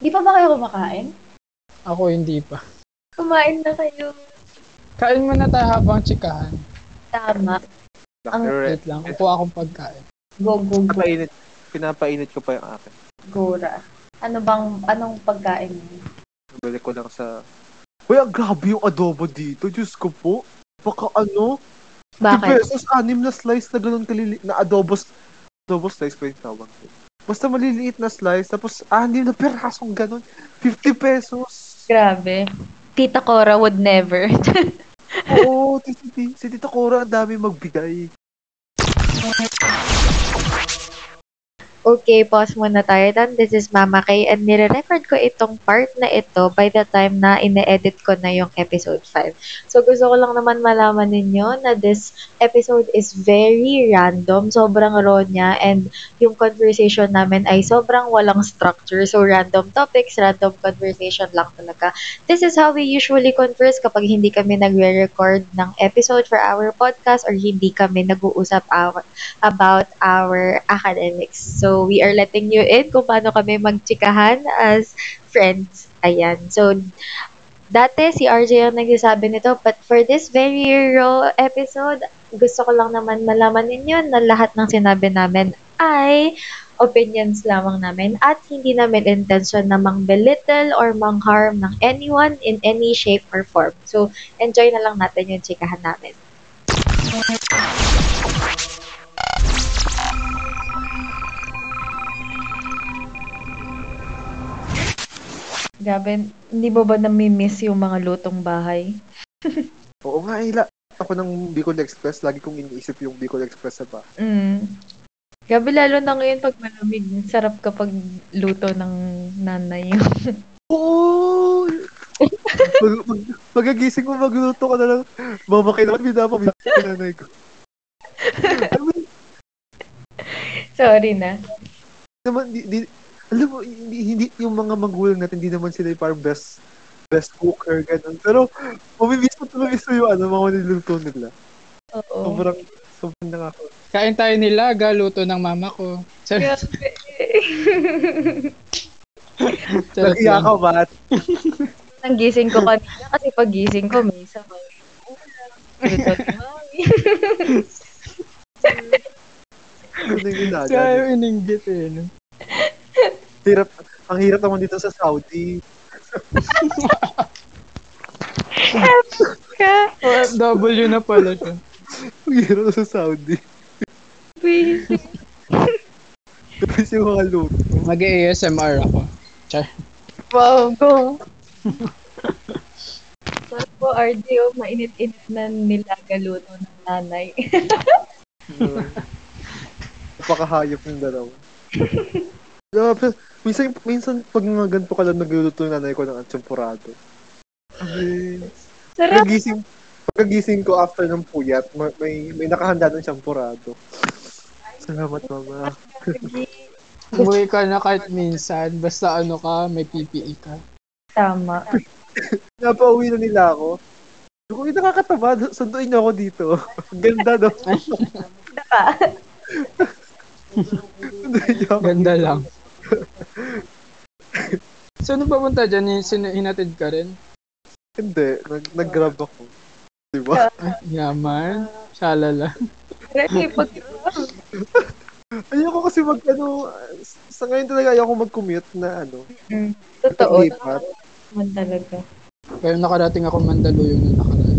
Di pa ba kayo kumakain? Ako hindi pa. Kumain na kayo. Kain muna tayo habang chikahan. Tama. Ang- Pero, eh, Wait lang, kukuha akong pagkain. Go, go, go. pinapainit, pinapainit ko pa yung akin. Gora. Ano bang, anong pagkain mo? Balik ko lang sa... Uy, ang grabe yung adobo dito. Diyos ko po. Baka ano? Bakit? 2 pesos, anim na slice na ganun kalili... Na adobo... s- Adobo slice ko yung tawag ko. Basta maliliit na slice, tapos anim na perasong ganun. 50 pesos. Grabe. Tita Cora would never. Oo, si, si, si Tita Cora, ang dami magbigay. Okay, pause muna tayo dan. This is Mama Kay and nire-record ko itong part na ito by the time na ine-edit ko na yung episode 5. So, gusto ko lang naman malaman ninyo na this episode is very random. Sobrang raw niya and yung conversation namin ay sobrang walang structure. So, random topics, random conversation lang talaga. This is how we usually converse kapag hindi kami nagre-record ng episode for our podcast or hindi kami nag-uusap our, about our academics. So, we are letting you in kung paano kami magchikahan as friends. Ayan. So, dati si RJ ang nagsasabi nito, but for this very raw episode, gusto ko lang naman malaman ninyo na lahat ng sinabi namin ay opinions lamang namin at hindi namin intention na mang belittle or mang harm ng anyone in any shape or form. So, enjoy na lang natin yung chikahan namin. Grabe, hindi ba ba nami-miss yung mga lutong bahay? Oo nga, ila. Ako ng Bicol Express, lagi kong iniisip yung Bicol Express sa ba. Mm. Grabe, lalo na ngayon pag malamig, ang sarap kapag luto ng nanay. Oo! mag, mag, magagising mo, magluto ka na lang. Mamakay naman, binapamit ko nanay ko. Alam mo, Sorry na. naman, di, di, alam mo, hindi, hindi, yung mga magulang natin, hindi naman sila yung parang best best cooker, ganun. Pero, mamimiss ko tuloy sa yung ano, mga niluto nila. Oo. Sobrang, sobrang nakaka. Kain tayo nilaga, luto ng mama ko. Sarap, Grabe. sarap lang. Nag-iya ka, Matt. Ang gising ko kanina kasi pag gising ko may sabay. Luto ni mami. Ano yung ginagawa? Kaya ininggit eh. no? Hirap, ang hirap naman dito sa Saudi. OFW na pala siya. Ang hirap sa Saudi. Please. Tapos yung mga luto. Mag-ASMR ako. Wow, go. Sarap po, RJ, oh, mainit-init na nilaga luto ng nanay. Napakahayop ng dalawa. Grabe. minsan, minsan pag mga ganito ka lang nagluluto yung nanay ko ng atsempurado. Sarap. Pagkagising, pagkagising ko after ng puyat, ma- may, may nakahanda ng champurado. Salamat, mama. Umuwi ka na kahit minsan. Basta ano ka, may PPE ka. Tama. Napauwi na nila ako. Sabi ko, "Uy, nakakataba. Sunduin niyo ako dito. Ang Ganda, no? Sunduin niyo ako. Ganda lang. so, nung papunta dyan, Hin- sin- hinatid ka rin? Hindi. Nag- nag-grab ako. Diba? Yaman. Shalala. Grabe, pag Ayoko kasi mag, ano, sa ngayon talaga ayoko mag-commute na, ano, Totoo. lipat. naman talaga. Pero nakarating ako Mandaluyong nung nakaraan.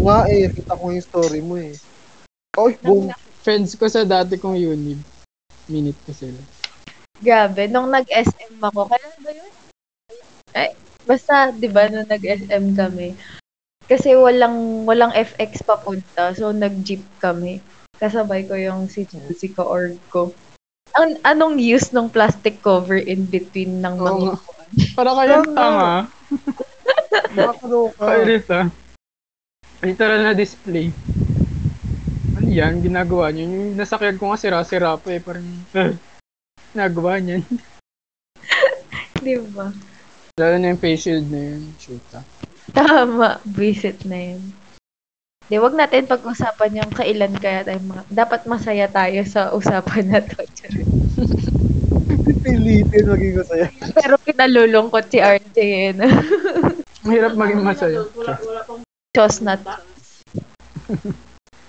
Nga eh, kita ko yung story mo eh. Oy, boom. Friends ko sa dati kong unib. Minute ko sila. Grabe, nung nag-SM ako, kailan ba yun? Ay, basta, di ba, nung nag-SM kami, kasi walang, walang FX papunta, so nag-jeep kami. Kasabay ko yung si Chelsea ko or ko. An- anong use ng plastic cover in between ng Oo mga nga. Para kayong Tama. tanga. Nakakalo ka. Pirate ah. Literal na display. Ano yan? Ginagawa niyo? Yung nasakyan ko nga sira-sira pa eh. Parang, nagawa niyan. Di ba? Lalo na yung face shield na yun. Shoot ah. Tama, visit na yun. Di, wag natin pag-usapan yung kailan kaya tayo mga... Dapat masaya tayo sa usapan na to. Charot. Pilitin maging masaya. Pero pinalulungkot si RJ eh. no? Ang hirap maging masaya. Chosnut.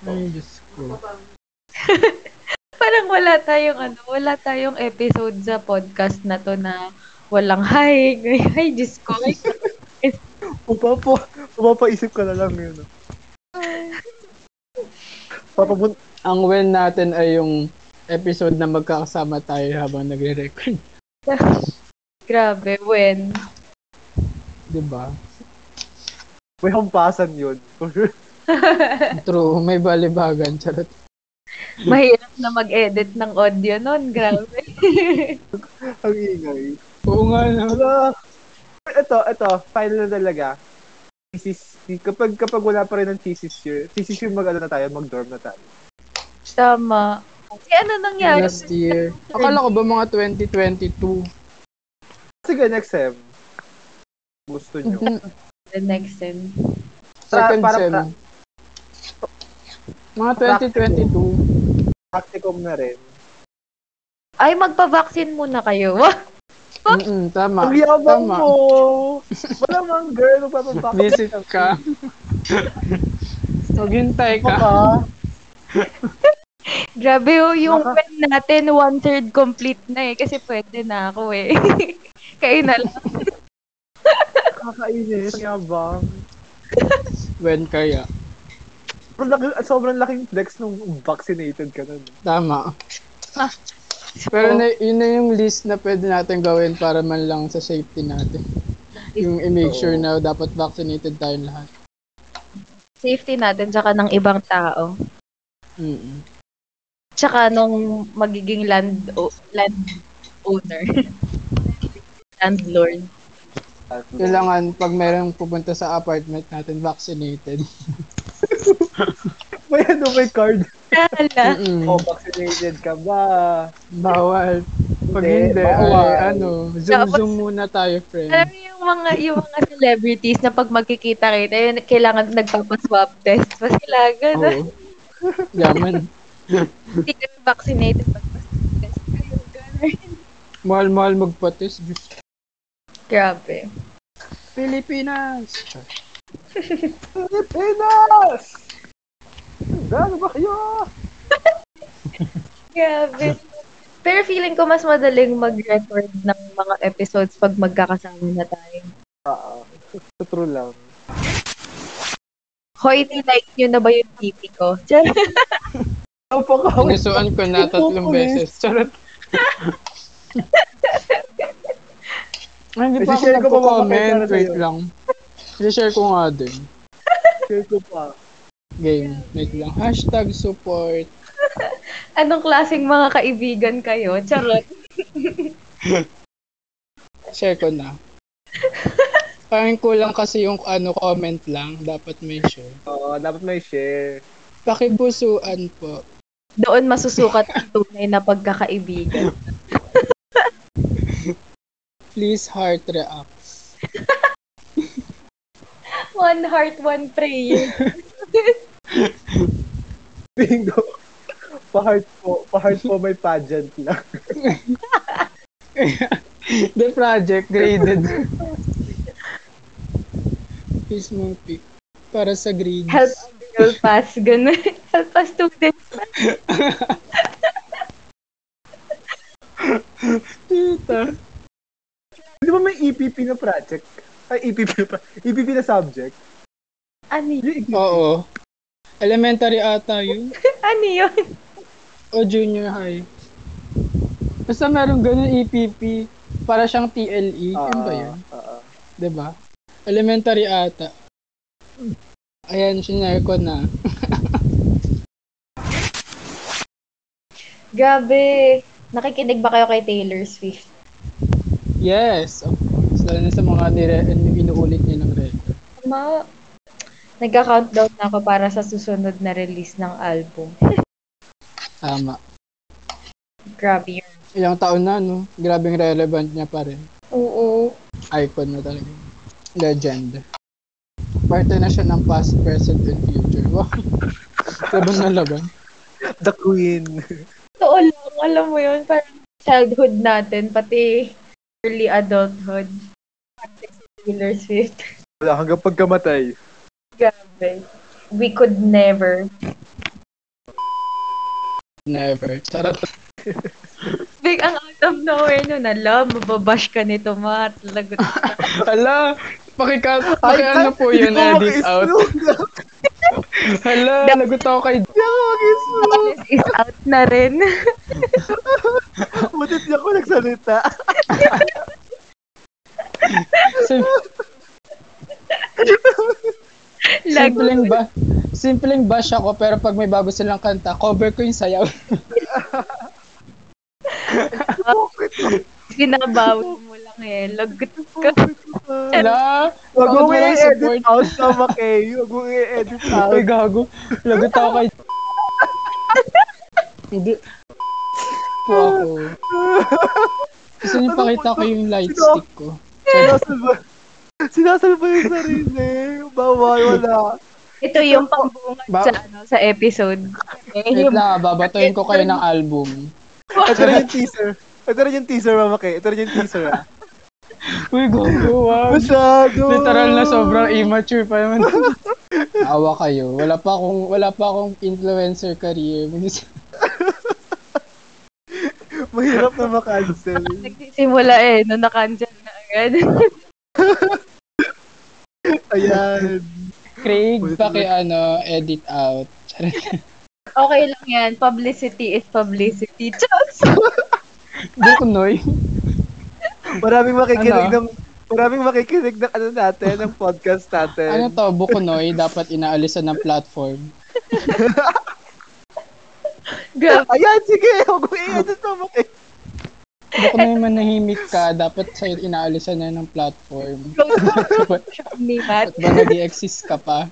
Ay, Diyos ko. Parang wala tayong ano, wala tayong episode sa podcast na to na walang hi, hi, Diyos ko. Ay, Upapo, upapaisip ka na lang yun. no? Papabun, Ang win natin ay yung episode na magkakasama tayo habang nagre-record. Grabe, when? Diba? may hampasan yun. True, may balibagan. Charot. Mahirap na mag-edit ng audio nun. Grabe. Ang ingay. Oo nga no. Wala. Ito, ito, final na talaga. Thesis, kapag, kapag wala pa rin ng thesis year, thesis year mag-ano na tayo, mag-dorm na tayo. Tama. Eh, ano nangyari? Last year. Akala ko ba mga 2022? Sige, next sem. Gusto nyo. Mm-hmm. The next time. Second Para- sem. para- Mga 2022. Practicum na rin. Ay, magpa-vaccine muna kayo. Wah! Mm-mm, tama. Ang yabang Tama. mo! Wala mang girl, magpapabakit Visit ka. Maghintay ka ka. pa. Grabe oh, yung Naka- pen natin, one-third complete na eh. Kasi pwede na ako eh. Kayo na lang. Kakainis, yabang. When kaya. Sobrang, laki, sobrang laking flex nung vaccinated ka nun. Tama. Pero na, yun na yung list na pwede natin gawin para man lang sa safety natin. Yung i-make sure na dapat vaccinated tayo lahat. Safety natin, tsaka ng ibang tao. Mm-mm. Tsaka nung magiging land, o, land owner. Landlord. Kailangan pag merong pupunta sa apartment natin, vaccinated. May ano, may card. Hala. Mm-mm. Oh, vaccinated ka ba? Bawal. Pag hindi, bawal. ay, ano, Dapat- zoom-zoom muna tayo, Alam friend. niyo yung mga, yung mga celebrities na pag magkikita kita, yun, kailangan nagpapaswab test pa sila. Ganun. Oo. Yaman. Hindi kami vaccinated. Magpaswab test kayo. Ganun. Mahal-mahal magpatis. Diyos. Grabe. Pilipinas! Pilipinas! Gano'n ba kayo? Grabe. Pero feeling ko mas madaling mag-record ng mga episodes pag magkakasama na tayo. Oo. Sa true lang. Hoy, like nyo na ba yung TV ko? Napaka- Pinasuan ko na tatlong beses. Charot. Ay, Hindi pa ako Isi-share ko pa ba nagko-comment. makikita na Wait sa'yo? lang. I-share ko nga din. Share ko pa. Game. Wait lang. Hashtag support. Anong klaseng mga kaibigan kayo? Charot. Share ko na. Parang kulang kasi yung ano comment lang. Dapat may share. Oo, dapat may share. Pakibusuan po. Doon masusukat ang tunay na pagkakaibigan. Please heart reacts. One heart, one prayer. Bingo. Pa-heart po. Pa-heart po may pageant lang. The project graded. Please mo pick. Para sa grades. Help a girl pass. Ganun. Help a student. Tita. Di ba may EPP na project? Ay, EPP na pra- EPP na subject? Oh, Ano yun? Yung E EPP. Oo. Elementary ata yun. Ano yun? O junior high. Basta meron ganun EPP. Para siyang TLE. Ah, yun ba yun? ah, ah. 'Di ba? Elementary ata. Ayan, sinare ko na. Grabe. Nakikinig ba kayo kay Taylor Swift? Yes, of course. Lalo na sa mga nire- inuulit niya ng record. Ma, nagka-countdown na ako para sa susunod na release ng album. Tama. Grabe yun. Ilang taon na, no? Grabing relevant niya pa rin. Oo. Icon na talaga. Legend. Parte na siya ng past, present, and future. Wow. laban na laban. The Queen. Totoo lang, alam mo yun, parang childhood natin, pati early adulthood. Pati si Taylor Swift. Wala, hanggang pagkamatay. Grabe. We could never. Never. Sarap. Big, ang out of nowhere nun, alam, mababash ka nito, Matt. Lagot. Hala! Pakika, pakiano ano po yun, hindi edit ko out. maka-explode. Hala, lagot ako kay... Hindi ako mag-explode. is out na rin. Butit niya ako nagsalita. Sim- Lagot. simpleng ba? Simpleng bash ako, pero pag may bago silang kanta, cover ko yung sayaw. Binabawi mo lang eh. Lagot ka. Hala! Huwag Bakit mong walang i-edit support? out na Makay. Huwag mong i-edit out. Ay, gago. Lagot ako kay... Hindi. Po ako. Gusto niyo Ano pakita po ko to? yung lightstick ko. Sinasalba- Sinasalba yung sarili. Bawal, wala. Ito yung pambungad Ba- sa, ano, sa episode. Eh, Wait yung lang, ah, babatuhin ko kayo ng album. Ito rin yung teaser. Ito rin yung teaser, Mama Kay. Ito rin yung teaser. ah. Uy, gago. wag. Masyado. Literal na sobrang immature pa naman. Awa kayo. Wala pa akong wala pa akong influencer career. Mahirap na makancel. nagsisimula eh, nung nakancel na agad. Ayan. Craig, Wait, paki wait. ano, edit out. okay lang yan, publicity is publicity. Chokes! Dukunoy. Maraming makikinig Ano? ng maraming makikinig ng ano natin, ng podcast natin. Ano to, Bukunoy, dapat inaalisan ng platform. Grabe. Ayan, sige. Huwag mo i-edit na Mama Kay. Bukunoy, manahimik ka, dapat sa'yo inaalisan na ng platform. Ba't ni Matt. ba nag-exist ka pa?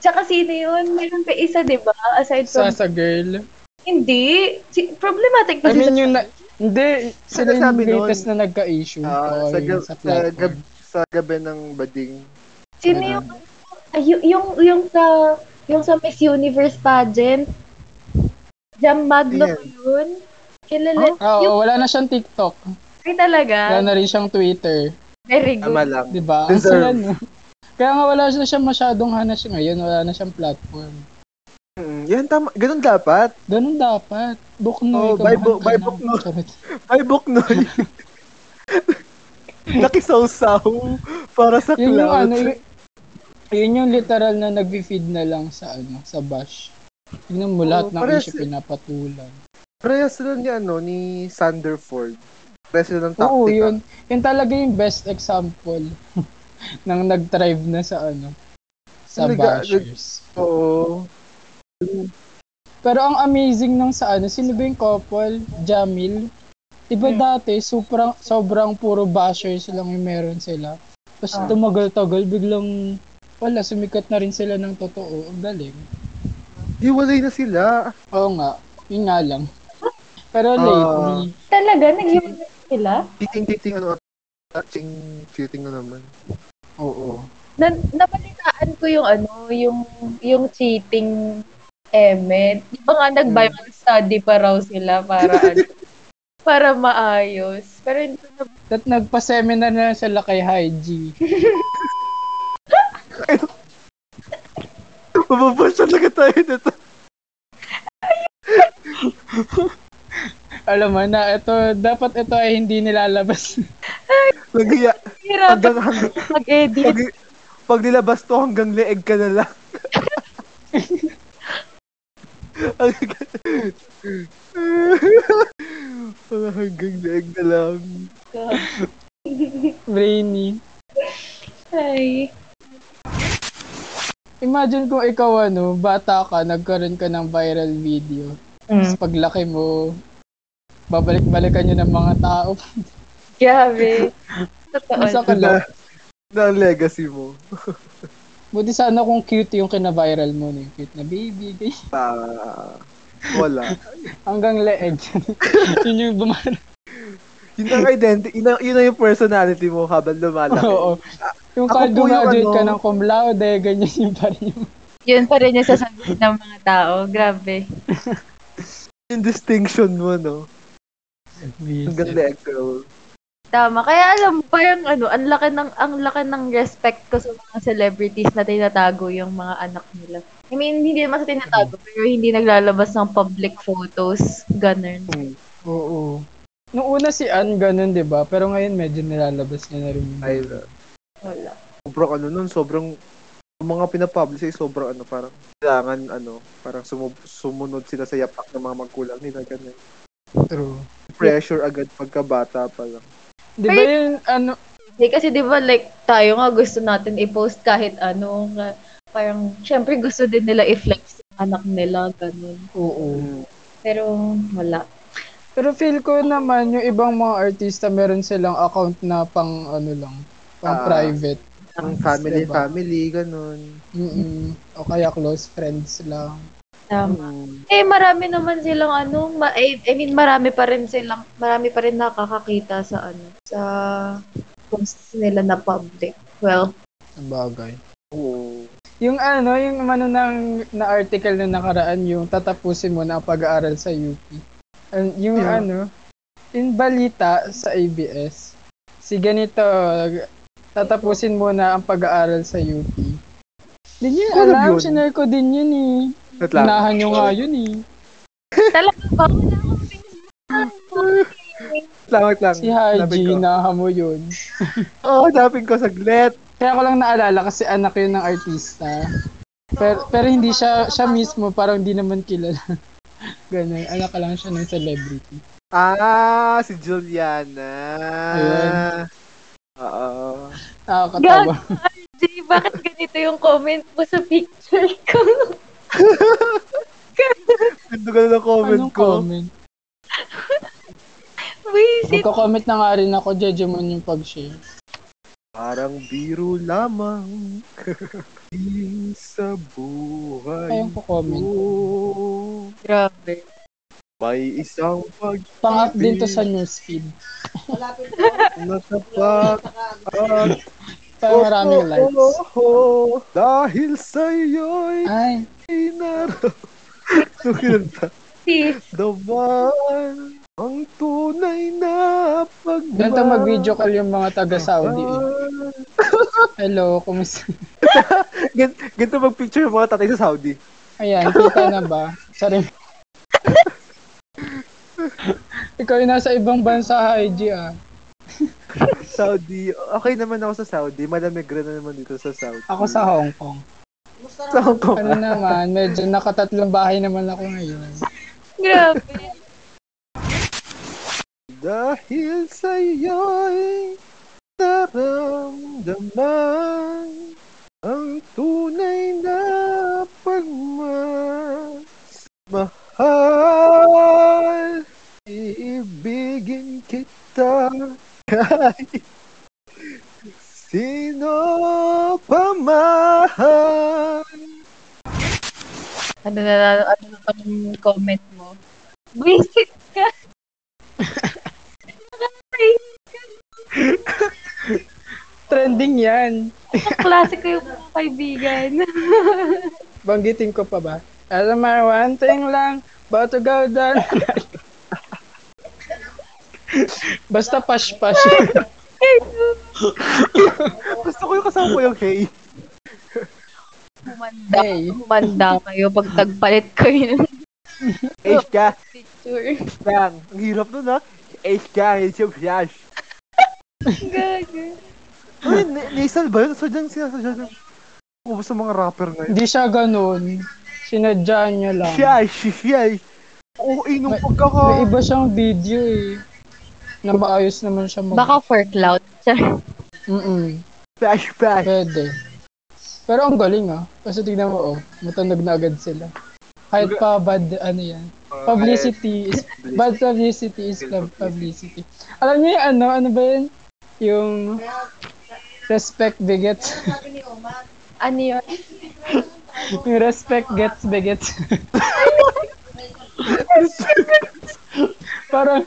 Tsaka sino yun? Meron pa isa, di ba? Aside from... Sa sa girl. hindi. Si- problematic I kasi mean, sa- yung na- hindi, sila Ano sabi yung greatest na nagka-issue. Ah, or sa, yung gab- sa sa, gab- platform. sa gabi ng bading. sino yung... Ay, yung, yung, yung sa... Yung sa Miss Universe pageant. Jam Magno Ayan. ba yun? Kilala. Oo, yung, Ah. wala na siyang TikTok. ay talaga. Wala Oh, na rin siyang Twitter. Very good. Tama lang. Di ba? Ang saya, Deserve. no? Kaya nga wala na siya masyadong hanas ngayon, wala na siyang platform. Mm, yan, tama. Ganun dapat. Ganun dapat. Book Oh, no. by book- by book no. Ay, Buknoy. Nakisawsaw para sa Yun yung cloud. ano, yun, yun yung literal na nag-feed na lang sa ano, sa bash. Tignan mo lahat Oo, ng pares- issue pinapatulan. Parehas sila ni, ano, ni Sanderford. Parehas sila ng taktika. Oo, yun. Yun talaga yung best example ng nag-thrive na sa ano, sa Nag- bashers. Oo. Pero ang amazing nung sa ano, sino ba yung couple? Jamil? Diba dati, sobrang, sobrang puro bashers lang yung meron sila. Tapos Ah. tumagal-tagal, biglang wala, sumikat na rin sila ng totoo. Ang galing. Hiwalay na sila. Oo nga, yun nga lang. Pero Ah. lately, Talaga? Nag-iwan sila? Titing-titing ano. Touching, cheating na naman. oo. na, nabalitaan ko yung ano, yung yung cheating Emmet. Di ba nga nag-Bible study pa raw sila para ano, para maayos. Pero hindi ko na- At nagpa-seminar na sila kay Haiji. Mababash talaga tayo nito. Alam mo na, ito, dapat ito ay hindi nilalabas. Nagiya. hirap Hanggang, hanggang, mag-edit. pag, pag nilabas to, hanggang leeg ka na lang. Parang hanggang leeg na lang. Brainy. Ay. Imagine kung ikaw ano, bata ka, nagkaroon ka ng viral video. Mm. Tapos paglaki mo, babalik-balikan yun ng mga tao. Grabe. Totoo. Isa ka Na, lang. na ang legacy mo. Buti sana kung cute yung kina-viral mo na yung cute na baby. ganyan. Pa, wala. Hanggang leeg. yun yung bumal. Yun ang identity, yun, ang- yun ang yung personality mo habang lumalaki. Oo. Yung Ako kahit po yung gumaduate ka ano- ng cum laude, ganyan yung parin yung... Yun pa rin yung sasabihin ng mga tao. Grabe. yung distinction mo, no? Amazing. Ang ganda actual. Tama. Kaya alam mo, parang ano, ang laki ng ang laki ng respect ko sa mga celebrities na tinatago yung mga anak nila. I mean, hindi naman sa tinatago, pero hindi naglalabas ng public photos. Ganun. Hmm. Oo. Nung una si Ann ganun, di ba? Pero ngayon medyo nilalabas niya na rin. yung- Ay, uh, Wala. sobrang ano nun, sobrang yung mga pinapublish ay sobrang ano, parang kailangan ano, parang sumu- sumunod sila sa yapak ng mga magulang nila, ganun. True. Pressure agad pagkabata pa lang. Di ba yun, ano, Hindi Eh, kasi 'di ba like tayo nga gusto natin i-post kahit ano, nga, parang syempre gusto din nila i-flex yung anak nila ganun. oo. Mm. Pero wala. Pero feel ko naman, yung ibang mga artista, meron silang account na pang, ano lang, pang Ah. private. Ang family, Diba? family, ganun. Mm-mm. O kaya close friends lang. Tama. Mm. Eh, marami naman silang ano, ma- eh, I mean, marami pa rin silang, marami pa rin nakakakita sa ano, sa posts nila na public. Well, Sa bagay. Oo. Yung ano, yung ano ng, na article na nakaraan, yung tatapusin mo na ang pag-aaral sa UP. And yung Yeah. ano, in balita sa ABS, si ganito, tatapusin mo na ang pag-aaral sa UP. Hindi niya Ano alam, yun? sinare ko din yun eh. Wait lang. Hinahan nyo nga yun eh. talaga ba? Wala akong pinag- Wait lang, wait lang. Si Haji, Hanapin ko. hinahan mo yun. Oo, hanapin ko saglit. Kaya ko lang naalala kasi anak yun ng artista. Pero, pero hindi siya, siya mismo, parang hindi naman kilala. Ganun, anak ka lang siya ng celebrity. Ah, si Juliana. Ayun. Oo. Nakakatawa. Jay, bakit ganito yung comment mo sa picture ko? Ganda ka na comment Anong ko. comment? Wisit. Magko-comment na nga rin ako, Jejemon yung pag-share. Parang biro lamang. Hiling sa buhay. Ayun ko comment. ko. Grabe. May isang pag Pang-up din to sa newsfeed. natapat at Para maraming likes. totoo. Dahil sa iyo'y Ay, inaro. Sukilta. Sis, Daman ang tunay na pagmamahal. ganito mag-video call yung mga taga-Saudi eh. Hello, kumusta? Gan- ganito mag-picture yung mga tatay sa Saudi. Ayan, kita na ba? Sorry. Ikaw yung nasa ibang bansa, Haji ah. Saudi. Okay naman ako sa Saudi. Malamig rin na naman dito sa Saudi. Ako sa Hong Kong. Sa Hong Kong. Ano naman, medyo nakatatlong bahay naman ako ngayon. grabe. Dahil sa iyo'y naramdaman ang tunay na pagmamahal. Iibigin kita kahit sino pa man. Ano na, ano na pang comment mo? Wisit ka. Trending yan. Klase ko yung mga kaibigan. Banggitin ko pa ba? Alam mo, one thing lang, bato gawdan. Basta pash-pash. Gusto ko yung kasama ko yung hey. Humanda. hey, Humanda kayo pag tagpalit kayo ng Hey ka, picture. bang. Ang hirap nun ha. Hey ka, hey siya, flash. Gago. Ay, na- naisal ba yun? Sadyang sinasadya na. Ubus sa mga rapper ngayon. hindi siya ganun. Sinadya niya lang. Siya, siya, siya. Oo, eh, nung pagkaka... May iba siyang video eh. Na maayos naman siya mag... Baka for clout. Char. Mm-mm. Flash, flash. Pwede. Pero ang galing ah. Kasi tignan mo oh, matandog na agad sila. Kahit pa bad, ano yan. Publicity is, bad publicity is love publicity. Alam niyo yung ano, ano ba yun? Yung respect begets. Ano yun? yung respect gets begets. parang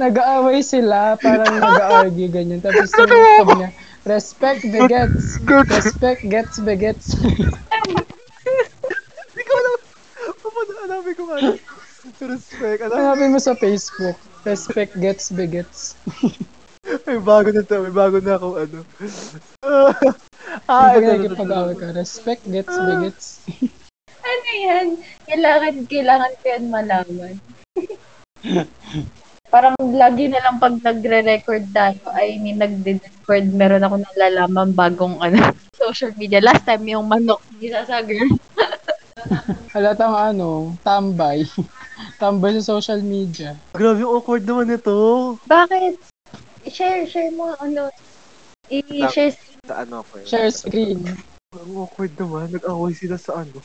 nag-aaway sila, parang nag-argue ganyan. Tapos yung sabi niya, respect begets, respect gets begets. Hindi ko alam. Paano, alamin ko nga. Respect. Alam, Hanapin mo sa Facebook. Respect gets begets. may bago na to. May bago na akong ano. Ah, ito, ito, ito, Pag nagkipag-away ka, respect gets begets. Ano yan? Kailangan, kailangan ko yan malaman. Parang lagi na lang pag nagre-record tayo, ay I mean, nagde-record, meron ako nalalaman bagong ano, social media. Last time, yung manok, isa sa girl. Halatang ano, tambay. tambay sa social media. Grabe, yung awkward naman ito. Bakit? Share, share mo, ano, i-share sa Sa ano ko yun? Share screen. Ang awkward naman. Nag-away sila sa ano?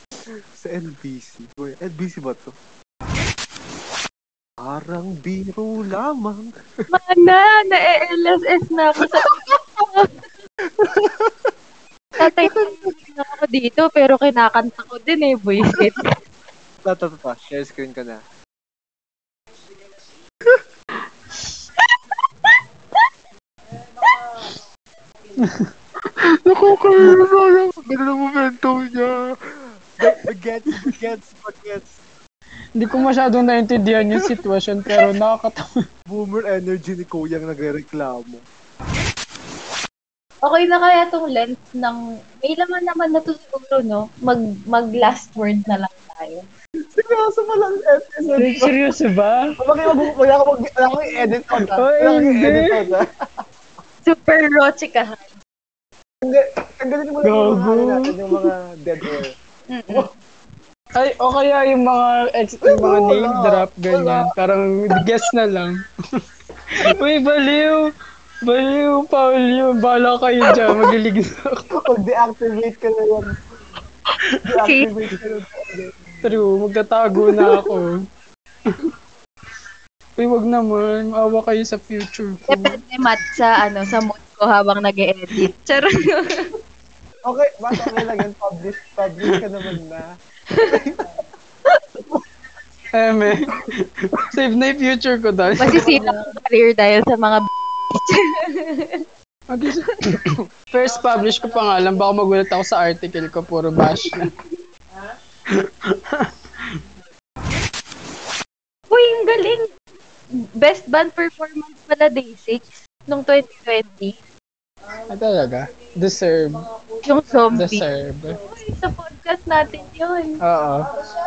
Sa LBC. Uy, LBC ba to? Parang biro lamang. mana, na-LSS na ako sa... Tatay ko na ako dito, pero kinakanta ko din eh, voice it. Tata, tata. Share screen ka na. Nakakaiba lang. Ganun ang momentum niya. Bagets, bagets, bagets. Hindi ko masyadong naintindihan yung sitwasyon pero nakakatawa. Boomer energy ni Kuya ang nagre-reklamo. Okay na kaya tong length ng... May laman naman na to siguro, no? Mag, mag last word na lang tayo. Seryoso pa lang episode. Seryoso ba? Bakit mag- wala ako mag- wala akong edit on na. Oy, Wala akong hindi. edit on na. Super roche ka. Tanggalin mo lang yung Gago. mga, ano natin, yung mga dead air. Ay, o kaya yung mga ex, yung mga Wala. name drop, ganyan. Parang guess na lang. Uy, baliw! Baliw, Paul, bala kayo dyan, magiligis ako. Pag deactivate ka na yan. Deactivate ka na. True, magtatago na ako. Uy, wag naman, maawa kayo sa future ko. Depende mat sa, ano, sa mood ko habang nag edit Charot. Okay, basta okay lang yan. Publish, publish ka naman na. Eme, save na yung future ko dahil. Masisira ang career dahil sa mga b- Okay, so- First publish ko pa nga lang, baka magulat ako sa article ko, puro bash na. Uy, ang galing! Best band performance pala day 6 nung 2020. Ah, talaga? Deserve. Yung zombie. Deserve. Uy, sa podcast natin yun. Oo.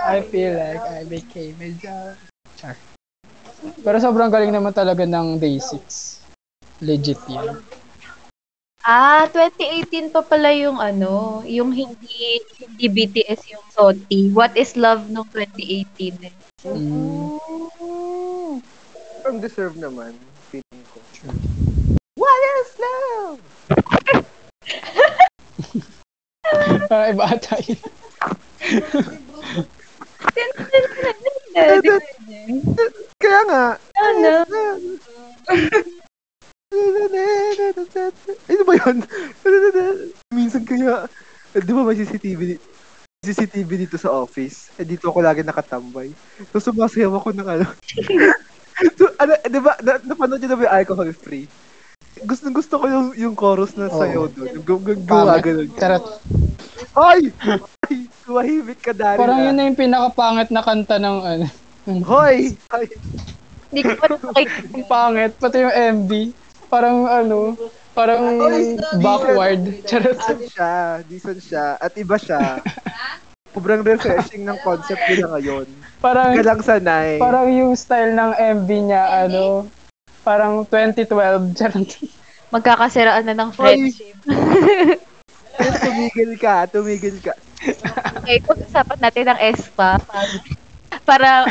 I feel like I became a job. Char. Pero sobrang galing naman talaga ng Day 6. Legit yan. Ah, 2018 pa pala yung ano, yung hindi hindi BTS yung SOTY. What is love nung 2018 eh. Mm. Ang deserve naman, feeling ko. True. What is love? Parang iba ata yun. Kaya nga, Ano? Ano ba yun? Minsan kaya, eh, di ba may CCTV, di- CCTV dito sa office? Eh, dito ako lagi nakatambay. So, sumasayaw ako ng ano. so, ano, eh, di ba, na, napanood nyo na ba yung alcohol free? Gusto gusto ko yung yung chorus na sayaw doon. Yung gu- gu- gawa Pangit. ganun. Charot. Hoy! Hoy! Tumahimik ka, Dari. Parang yun na yung pinakapangit na kanta ng ano. Hoy! Hoy! Hindi ko pa nakikita. Ang pangit. Pati yung MV. Parang ano. Parang backward. Charot. Decent siya, decent siya, at iba siya. Sobrang refreshing ng concept nila ngayon. Parang Ka lang sanay. Parang yung style ng MV niya, ano, parang 2012. Charot. Magkakasiraan na ng friendship. tumigil ka, tumigil ka. Okay, pag-usapan natin ng ESPA. Para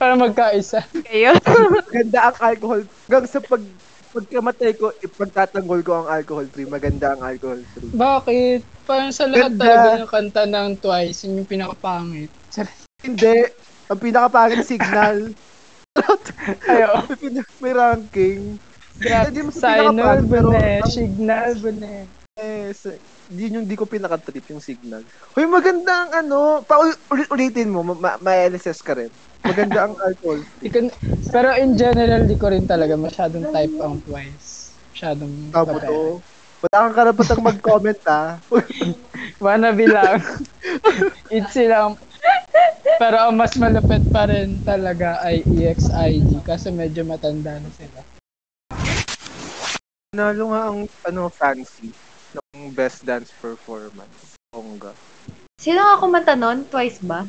Parang magkaisa. kayo. Ganda ang alcohol. Hanggang sa pag pagkamatay ko, ipagtatanggol ko ang alcohol free. Maganda ang alcohol free. Bakit? Parang sa lahat Ganda. talaga ng kanta ng Twice, yun yung pinakapangit. Charot. Hindi. Ang pinakapangit signal. Ayo. May pina- May ranking. Grab, Hindi mo sa Sinol, pinakapangit, pero Bune, ang- Signal, Bune. Eh, sa- yun yung di ko pinaka-trip yung signal. Hoy, maganda ang ano. Paulit-ulitin mo. Ma- ma- ma-LSS ka rin. Maganda ang alcohol Di ko na- Pero in general, di ko rin talaga masyadong type ang Twice. Masyadong Tabo babae. to. Wala kang karapatang mag-comment ah. Wannabe lang. It's lang. Pero ang mas malupit pa rin talaga ay E EXID kasi medyo matanda na sila. Nalo nga ang ano, fancy ng best dance performance. Bongga. Sino nga kumanta nun? Twice ba?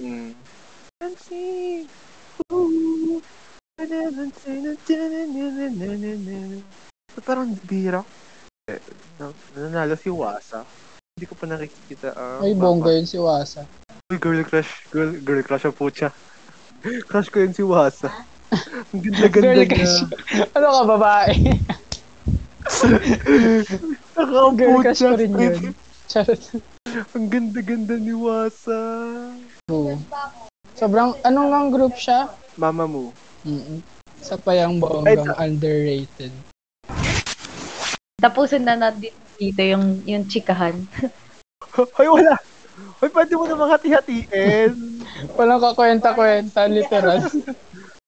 Mm. Ba't Parang bira. Eh, na- nanalo si Wasa. Hindi ko pa nakikita. ah, Ay, bongga yun si Wasa. Uy, girl crush. Girl, girl crush ang pucha. Crush ko yun si Wasa. Ang Girl ganda-ganda niya. crush. ano ka, babae? Ang Girl pucha. crush ko rin yun. Charot. Ang ganda-ganda ni Wasa. Oo. Sobrang, anong ang group siya? Mama mo. Mm-mm. Sa payang bonggang underrated. Tapusin na natin dito yung, yung chikahan. Ay, wala! Ay, pwede mo namang hati-hatiin. Walang kakwenta-kwenta, literal.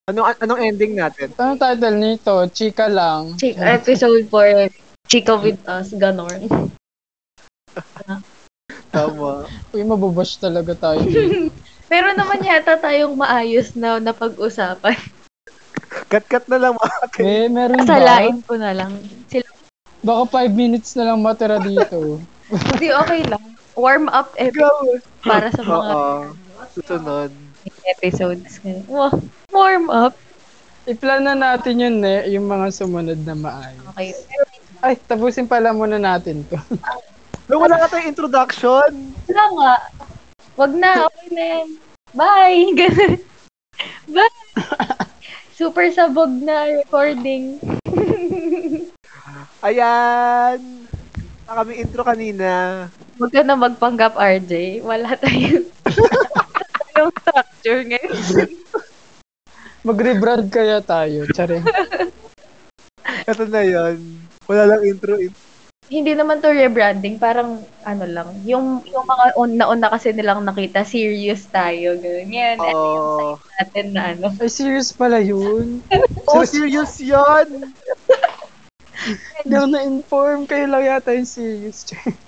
Anong, Ano, anong ending natin? Anong title nito? Chika lang. Chika, episode 4, Chika with us, ganon. Tama. Uy, mabubash talaga tayo. dito. Pero naman yata tayong maayos na napag-usapan. Cut-cut na lang mga kayo. Eh, meron ba? Kasalain ko na lang. Sila, Baka 5 minutes na lang matira dito. di okay lang. Warm up episode para sa mga Oo. Susunod. episodes. Wow, warm up. I-plan na natin yun eh, yung mga sumunod na maayos. Okay. Ay, tapusin pala muna natin to. No, wala ka tayong introduction. Wala nga. Wag na, okay na yan. Bye! Ganun. Bye! Super sabog na recording. Ayan. Na kami intro kanina. Huwag ka na magpanggap, RJ. Wala tayo. Anong structure ngayon? Mag-rebrand kaya tayo, tsare. Ito na yun. Wala lang intro. intro. Hindi naman to rebranding. Parang, ano lang. Yung, yung mga una-una kasi nilang nakita, serious tayo. Ganun. Yan. Oh. Ano yung Oo. sign natin na ano. Ay, serious pala yun. Oh, serious yun. Hindi ako na-inform. Kayo lang yata yung serious. Char-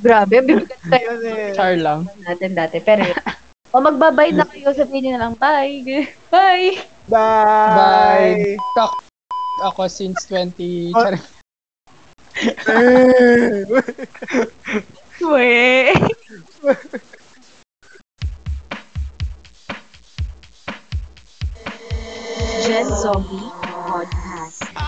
Grabe, bibigat tayo Yun eh. Char lang. natin dati. Pero, yun. o magbabay na kayo, sabihin nyo na lang, bye. Bye. Bye. Bye. Kak ako since 20... Char- Weh. Gen Zombie Podcast.